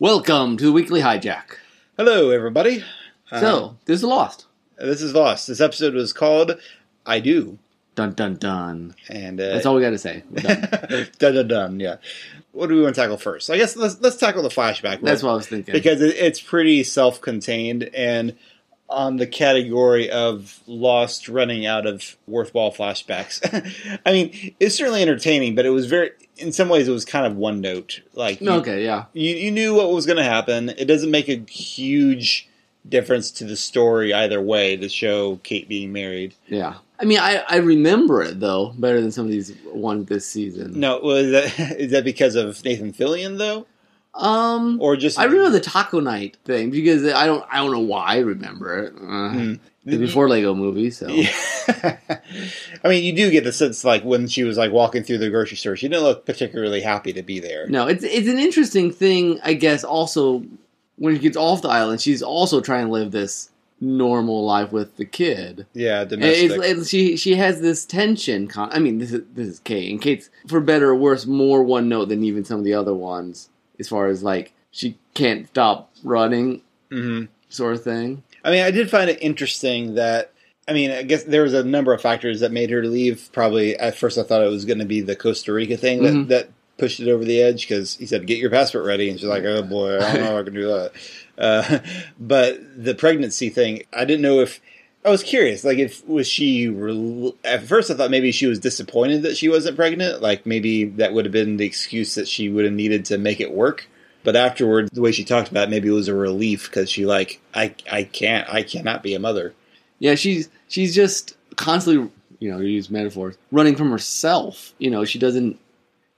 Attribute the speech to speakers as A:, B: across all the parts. A: Welcome to Weekly Hijack.
B: Hello, everybody.
A: so, this is Lost.
B: Uh, this is Voss. This episode was called "I Do,"
A: Dun dun dun.
B: and uh,
A: That's all we got to say. We're done.
B: dun dun dun. Yeah. What do we want to tackle first? I guess let's let's tackle the flashback. real
A: That's what I was thinking.
B: because it, it's pretty self-contained and on the category of lost running out of worthwhile flashbacks i mean it's certainly entertaining but it was very in some ways it was kind of one note like
A: No, okay, yeah.
B: you, you knew what was going to happen it doesn't make a huge difference to the story either way to show kate being married
A: Yeah. I mean, I, I remember it, though, better than some of these ones this season.
B: no was that, is that because of nathan fillion though
A: Um,
B: or just
A: I remember the Taco Night thing because I don't I don't know why I remember it. Uh,
B: Hmm.
A: it was before Lego Movie, so
B: Yeah. I mean, you do get the sense like when she was like walking through the grocery store, she didn't look particularly happy to be there.
A: no, it's it's an interesting thing, I guess. Also, when she gets off the island, she's also trying to live this normal life with the kid.
B: Yeah,
A: And
B: domestic.
A: It's, it's, she she has this tension. Con- I mean, this is this is Kate, and Kate's for better or worse more one note than even some of the other ones, as far as like she can't stop running,
B: Mhm.
A: sort of thing.
B: I mean, I did find it interesting that I mean, I guess there was a number of factors that made her leave. Probably at first, I thought it was going to be the Costa Rica thing that,
A: Mhm.
B: that pushed it over the edge because he said, "Get your passport ready," and she's like, "Oh boy, I don't know if I can do that." Uh, but the pregnancy thing, I didn't know if. I was curious, like, if was she rel at first? I thought maybe she was disappointed that she wasn't pregnant. Like, maybe that would have been the excuse that she would have needed to make it work. But afterward, the way she talked about it, maybe it was a relief because she like, I, I can't, I cannot be a mother.
A: Yeah, she's she's just constantly, you know, to use metaphors, running from herself. You know, she doesn't.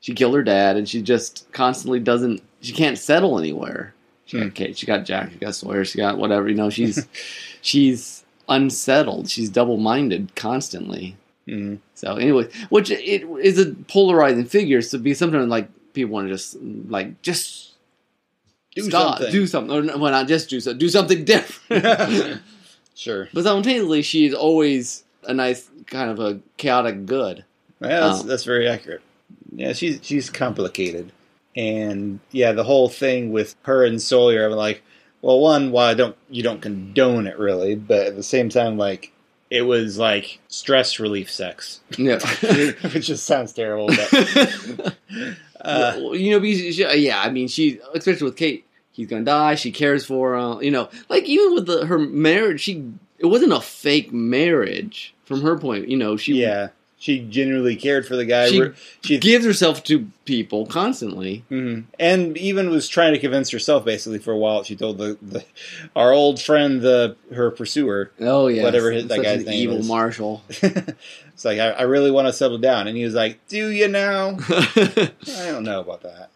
A: She killed her dad, and she just constantly doesn't. She can't settle anywhere. She
B: Hmm.
A: got Kate. She got Jack. She got Sawyer. She got whatever. You know, she's she's unsettled. She's double minded constantly.
B: Mm.
A: So anyway, which it is a polarizing figure. So be sometimes like people want to just like just
B: Do
A: stop,
B: something.
A: do something, or no, well, not just do so, do something different. but
B: sure,
A: simultaneously, she is always a nice kind of a chaotic good.
B: yeah, that's,
A: Um.
B: that's very accurate. Yeah, she's she's complicated, and yeah, the whole thing with her and Sawyer, I'm like, well, one, why I don't you don't condone it really, but at the same time, like, it was like stress relief sex,
A: Yeah.
B: which just sounds terrible. But, uh,
A: Well, you know, because she, yeah, I mean, she especially with Kate, he's gonna die. She cares for him. You know, like even with the, her marriage, she it wasn't a fake marriage from her point. You know, she
B: yeah, she genuinely cared for the guy.
A: She-
B: Re- she
A: gives herself to people constantly.
B: Mhm. And even was trying to convince herself basically for a while. She told the, the our old friend, the her pursuer,
A: Oh yeah,
B: Whatever his- that guy's name
A: evil
B: is.
A: Marshall.
B: it's like I, I really want to settle down, and he was like, "Do you now?
A: But
B: I don't know about that."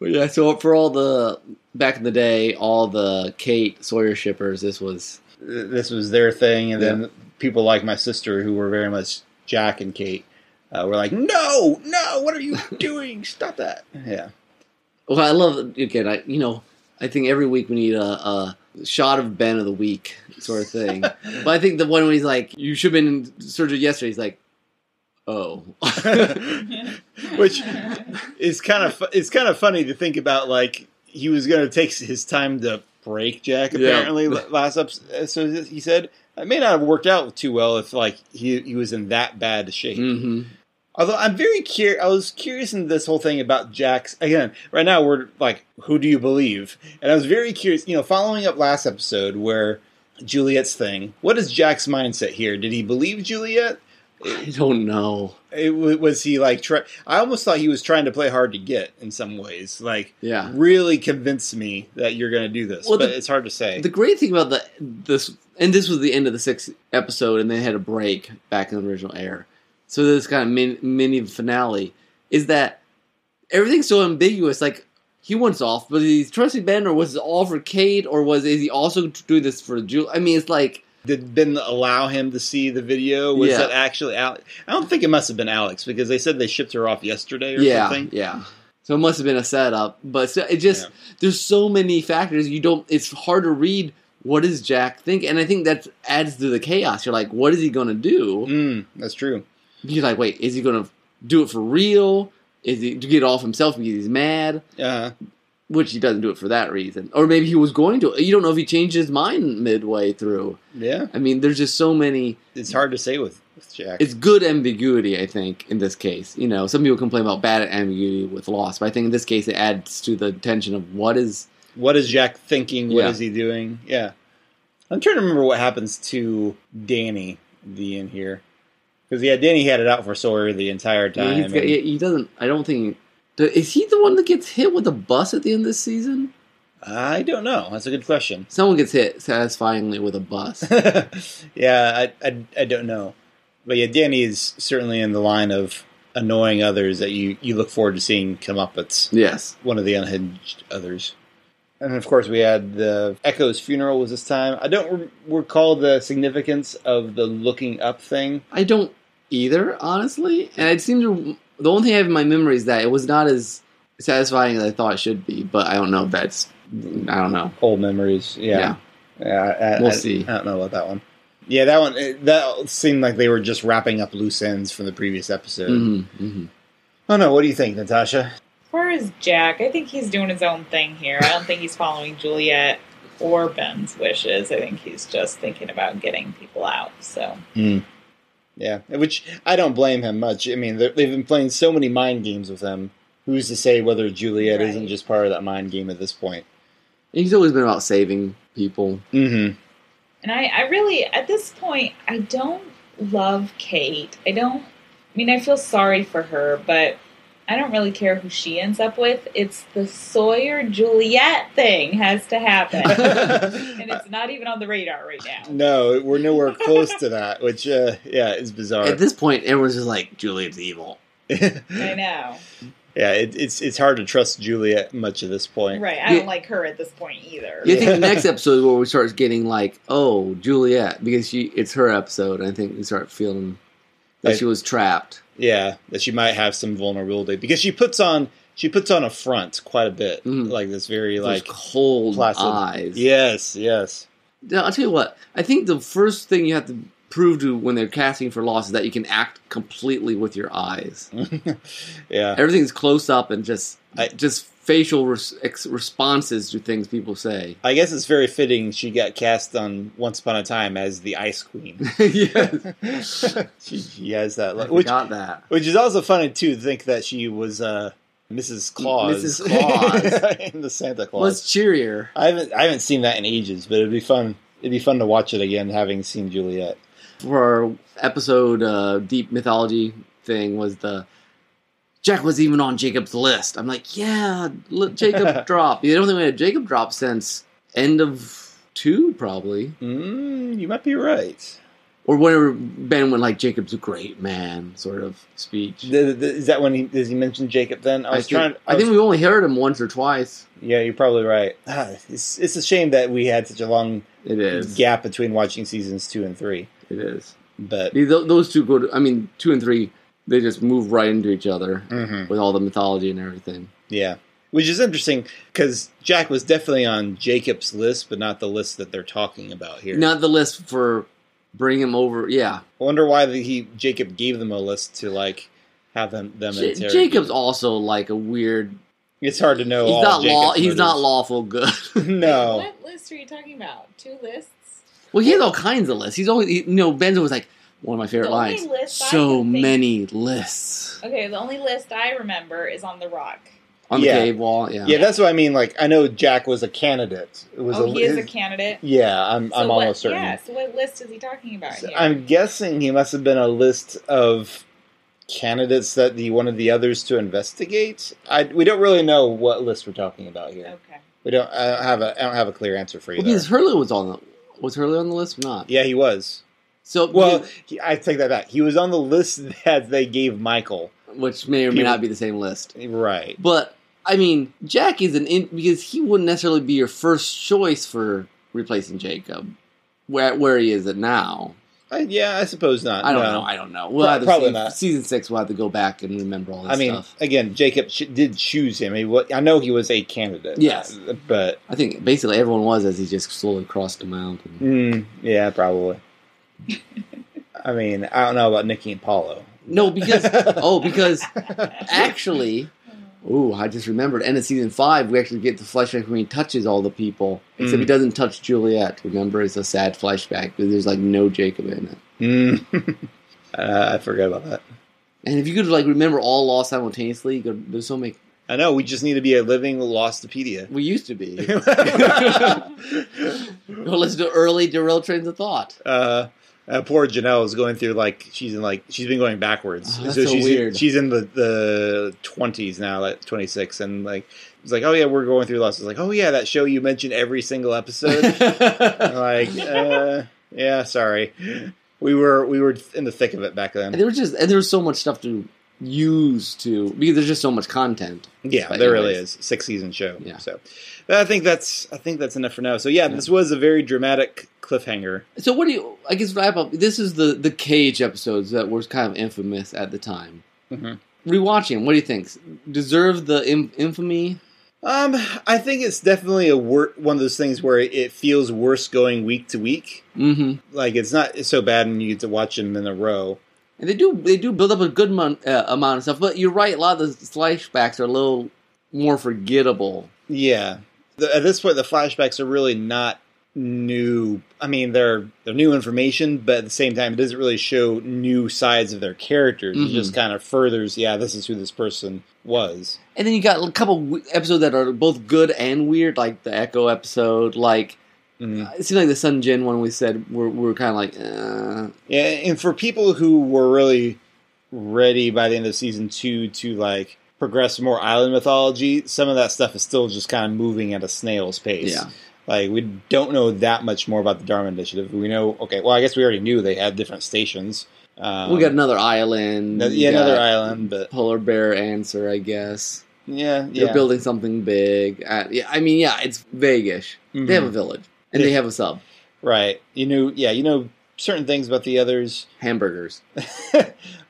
A: yeah, so for all the back in the day, all the Kate Sawyer shippers, this was
B: Th- This was their thing, and then people like my sister, who were very much Jack and Kate, uh, were like, "No, no, what are you doing? Stop that!" Yeah,
A: well, I love again. I you know, I think every week we need a, a shot of Ben of the week sort of thing. but I think the one when he's like, "You should have been in surgery yesterday," he's like, "Oh,
B: which is kind of fu- it's kind of funny to think about. Like he was going to take his time to break Jack.
A: Yeah.
B: Apparently, l- last episode, so he said it may not have worked out too well if like he he was in that bad shape.
A: hmm
B: Although I'm very curious, I was curious in this whole thing about Jack's. Again, right now we're like, who do you believe? And I was very curious, you know, following up last episode where Juliet's thing. What is Jack's mindset here? Did he believe Juliet?
A: I don't know."
B: It, wa- was he like? Try, I almost thought he was trying to play hard to get in some ways. Like,
A: Yeah.
B: really convince me that you're going to do this.
A: Well,
B: but
A: the-
B: it's hard to say.
A: The great thing about the this, and this was the end of the sixth episode, and they had a break back in the original air. So this kind of mini, mini finale is that everything's so ambiguous. Like he wants off, but he's trusting Ben, or was it all for Kate, or was is he also doing this for Julie? I mean, it's like
B: Did Ben allow him to see the video? Was
A: Yeah.
B: that actually Alex? I don't think it must have been Alex because they said they shipped her off yesterday or
A: yeah,
B: something.
A: yeah. So it must have been a setup, but so- it just there's so many factors you don't. It's hard to read what does Jack think, and I think that adds to the chaos. You're like, what is he going to do?
B: Mm, that's true.
A: He's like, wait, is he gonna do it for real? Is he to get off himself because he's mad?
B: Uh,
A: which he doesn't do it for that reason, or maybe he was going to. You don't know if he changed his mind midway through.
B: Yeah,
A: I mean, there's just so many.
B: it's hard to say with, with Jack.
A: It's good ambiguity, I think, in this case. You know, some people complain about bad ambiguity with Lost, but I think in this case it adds to the tension of what is.
B: what is Jack thinking? What is
A: Yeah.
B: he doing? Yeah, I'm trying to remember what happens to Danny at the end here because yeah, Danny had it out for Sawyer the
A: I
B: entire
A: mean,
B: time.
A: he's got- he, he doesn't. I don't think. Is he the one that gets hit with a bus at the end of this season?
B: I don't know. That's a good question.
A: Someone gets hit satisfyingly with a bus.
B: yeah, I, I I don't know, but yeah, Danny is certainly in the line of annoying others that you you look forward to seeing come up. It's
A: yes.
B: one of the unhinged others. And of course, we had the Echo's funeral was this time. I don't re- recall the significance of the looking up thing.
A: I don't either, honestly. And it seems to. The only thing I have in my memory is that it was not as satisfying as I thought it should be, but I don't know if that's. I don't know.
B: Old memories, yeah. yeah. I, I-
A: We'll
B: I-
A: see.
B: I don't know about that one. Yeah, that one. it- That seemed like they were just wrapping up loose ends from the previous episode.
A: hmm hmm
B: Oh no, what do you think, Natasha?
C: As far as Jack, I think he's doing his own thing here. I don't think he's following Juliet or Ben's wishes. I think he's just thinking about getting people out. So
B: Yeah, which I don't blame him much. I mean, they're- they've been playing so many mind games with him. Who's to say whether Juliet
C: Right.
B: isn't just part of that mind game at this point?
A: He's always been about saving people.
B: Mm-hmm.
C: And I, I really, at this point, I don't love Kate. I don't, I mean, I feel sorry for her, but I don't really care who she ends up with. It's the Sawyer Juliet thing has to happen. and it's not even on the radar right now.
B: No, we're nowhere close to that, which, uh, yeah, is bizarre.
A: At this point, everyone's just like, Juliet's evil.
C: I
B: yeah,
C: know.
B: it, it's it's hard to trust Juliet much at this point.
C: Right. I don't
A: Yeah.
C: like her at this point either.
A: You think
B: Yeah.
A: the next episode is where we start getting like, oh, Juliet, because she it's her episode. And I think we start feeling that
B: Like-
A: she was trapped.
B: Yeah, that she might have some vulnerability because she puts on she puts on a front quite a bit,
A: Mhm.
B: like this very
A: Those
B: like
A: cold
B: placid-
A: eyes.
B: yes, yes,
A: Yeah, I'll tell you what. I think the first thing you have to prove to when they're casting for loss is that you can act completely with your eyes.
B: yeah,
A: Everything's close up and just
B: I-
A: just facial res- ex- responses to things people say.
B: I guess it's very fitting she got cast on Once Upon a Time as the Ice Queen.
A: yes,
B: she, she has that,
A: I
B: look, which
A: forgot that.
B: which is also funny too. To think that she was uh, Mrs. Claus,
A: Mrs. Claus.
B: in the Santa Claus.
A: Was cheerier.
B: I haven't I haven't seen that in ages, but it'd be fun. It'd be fun to watch it again, having seen Juliet.
A: for our episode uh, deep mythology thing was the Jack was even on Jacob's list. I'm like, yeah, let Jacob drop. You don't think we had Jacob drop since end of two, probably,
B: Mm, you might be right.
A: or whenever Ben went like Jacob's a great man sort of speech.
B: Th- th- th- is that when he does he mention Jacob? Then I was
A: think,
B: trying.
A: I think we only heard him once or twice.
B: we, yeah, you're probably right. Ah, it's it's a shame that we had such a long
A: It is.
B: gap between watching seasons two and three.
A: It is.
B: But
A: Th- Those two go to. I mean, two and three. They just move right into each other
B: Mhm.
A: with all the mythology and everything.
B: yeah, which is interesting because Jack was definitely on Jacob's list, but not the list that they're talking about here.
A: Not the list for bring him over. Yeah,
B: I wonder why the, he Jacob gave them a list to like have them them
A: Ja-
B: interrogate.
A: Jacob's also like a weird.
B: It's hard to know.
A: he's
B: all
A: not
B: Jacob's
A: law. He's not
B: motives.
A: lawful good.
B: No.
C: What list are you talking about? Two lists?
A: well, he has all kinds of lists. He's always he, you know Ben's always like one of my favorite
C: The only
A: lines.
C: list I
A: so
C: can think-
A: many lists
C: Okay, the only list I remember is on the rock.
A: on the
B: Yeah.
A: cave wall. Yeah.
B: Yeah, that's what I mean. Like, I know Jack was a candidate. It was
C: oh, he is a
B: his-
C: candidate.
B: Yeah, I'm, I'm
C: So what-
B: almost certain.
C: Yeah, so what list is he talking about
B: So
C: here?
B: I'm guessing he must have been a list of candidates that he wanted the others to investigate. I, we don't really know what list we're talking about here.
C: okay.
B: We don't. I don't have a. I don't have a clear answer for you.
A: Well,
B: there.
A: because Hurley was on the was Hurley on the list? or Not.
B: Yeah, he was.
A: So
B: Well, he, I take that back. He was on the list that they gave Michael.
A: which may or may
B: people-
A: not be the same list.
B: Right.
A: But I mean, Jack is an in because he wouldn't necessarily be your first choice for replacing Jacob, where where he is at now.
B: I, yeah, I suppose not.
A: I don't
B: no.
A: know. I don't know. We'll
B: Pro-
A: have to
B: probably
A: see-
B: not.
A: Season six, we'll have to go back and remember all this
B: I mean,
A: stuff.
B: again, Jacob ch- did choose him. He, wa- I know he was a candidate.
A: Yes.
B: but
A: I think basically everyone was as he just slowly crossed the mountain.
B: mm, yeah, probably. I mean, I don't know about Nikki and Paulo.
A: No, because oh, because actually, Ooh, I just remembered. And in season five, we actually get the flashback when he touches all the people, except
B: Mm.
A: he doesn't touch Juliet. Remember, it's a sad flashback because there's like no Jacob in it.
B: Mm. uh, I forgot about that.
A: And if you could like remember all law simultaneously, you could, there's so many.
B: I know. We just need to be a living Lostopedia.
A: We used to be.
B: uh,
A: Well, let's do early derail trains of thought.
B: uh, poor Janelle is going through like she's in like she's been going backwards.
A: Oh, that's so
B: she's
A: weird.
B: she's in the the twenties now, like twenty six, and like it's like oh yeah, we're going through lots. It's like oh yeah, that show you mentioned every single episode.
A: and
B: like uh, yeah, sorry, we were we were in the thick of it back then.
A: there was just and there was so much stuff to use to because there's just so much content.
B: Yeah,
A: But
B: there really
A: anyways.
B: is six season show.
A: Yeah.
B: So, but I think that's I think that's enough for now. So yeah, this was a very dramatic cliffhanger.
A: So what do you? I guess wrap up. This is the the cage episodes that were kind of infamous at the time.
B: Mhm.
A: Rewatching, what do you think? Deserve the Im- infamy?
B: Um, I think it's definitely a wor- one of those things where it feels worse going week to week.
A: Mm-hmm.
B: Like it's not so bad when you get to watch them in a row.
A: And they do they do build up a good mon- uh, amount of stuff, but you're right. A lot of the flashbacks are a little more forgettable.
B: Yeah. The, at this point, the flashbacks are really not new. I mean, they're they're new information, but at the same time, it doesn't really show new sides of their characters.
A: Mhm.
B: It just kind of furthers, yeah, this is who this person was.
A: And then you got a couple w- episodes that are both good and weird, like the Echo episode. Like
B: Mhm.
A: it seemed like the Sun Jin one we said we're we're kind of like, uh,
B: Yeah, and for people who were really ready by the end of season two to like progress more island mythology, some of that stuff is still just kind of moving at a snail's pace.
A: yeah,
B: Like we don't know that much more about the Dharma Initiative. We know okay, well I guess we already knew they had different stations. Um,
A: we got another island,
B: no-
A: we
B: yeah, another
A: got
B: island, but
A: polar bear answer, I guess.
B: yeah,
A: They're
B: yeah.
A: building something big. Uh, yeah, I mean, yeah, it's vaguish.
B: Mhm.
A: They have a village and they
B: Yeah.
A: have a sub,
B: right. You know, yeah, you know certain things about the others.
A: hamburgers.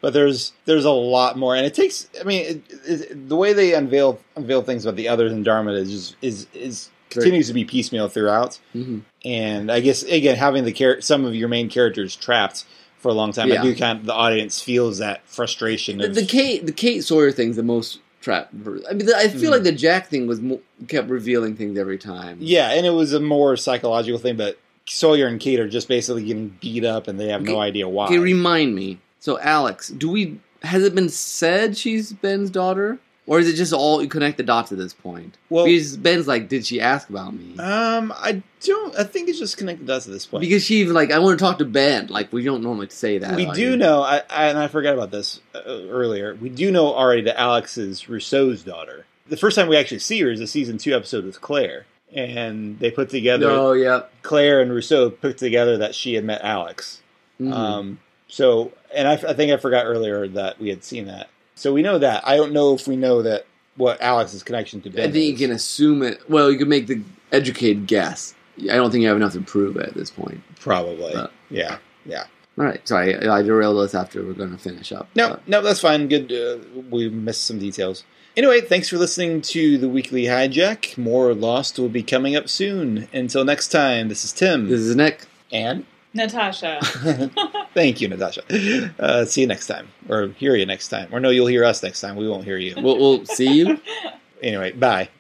B: but there's there's a lot more, and it takes. I mean, it, it, the way they unveil unveil things about the others in Dharma is just, is is continues to be piecemeal throughout.
A: hmm
B: And I guess again, having the char- some of your main characters trapped for a long time,
A: Yeah.
B: I do kind of the audience feels that frustration.
A: The,
B: Of,
A: the Kate the Kate Sawyer thing's the most trap. I mean, I feel
B: Mhm.
A: like the Jack thing was mo- kept revealing things every time.
B: yeah, and it was a more psychological thing, but. Sawyer and Kate are just basically getting beat up, and they have
A: Okay.
B: no idea why.
A: Okay, remind me. So, Alex, do we has it been said she's Ben's daughter, or is it just all you connect the dots at this point?
B: well,
A: because Ben's like, did she ask about me?
B: um, I don't. I think it's just connected us at this point.
A: because she even like, I want to talk to Ben. Like, we don't normally say that.
B: we
A: about
B: do
A: you.
B: know, I, I, and I forgot about this uh, earlier. We do know already that Alex is Rousseau's daughter. The first time we actually see her is a season two episode with Claire, and they put together
A: No, Oh, yeah.
B: Claire and Rousseau put together that she had met Alex.
A: Mhm.
B: Um, so, and I, I think I forgot earlier that we had seen that. So we know that. I don't know if we know that what Alex's connection to
A: I
B: Ben.
A: think you
B: is.
A: can assume it. Well, you can make the educated guess. I don't think you have enough to prove it at this point.
B: probably,
A: Uh,
B: yeah.
A: All right, sorry, I I derailed us after we're going to finish up.
B: No,
A: Uh,
B: no, that's fine. Good. Uh, we missed some details. Anyway, thanks for listening to the weekly hijack. More Lost will be coming up soon. Until next time, this is Tim
A: this is Nick.
B: and
C: Natasha.
B: thank you, Natasha. Uh, see you next time, or hear you next time, or no, you'll hear us next time. We won't hear you.
A: We'll, we'll see you.
B: Anyway, bye.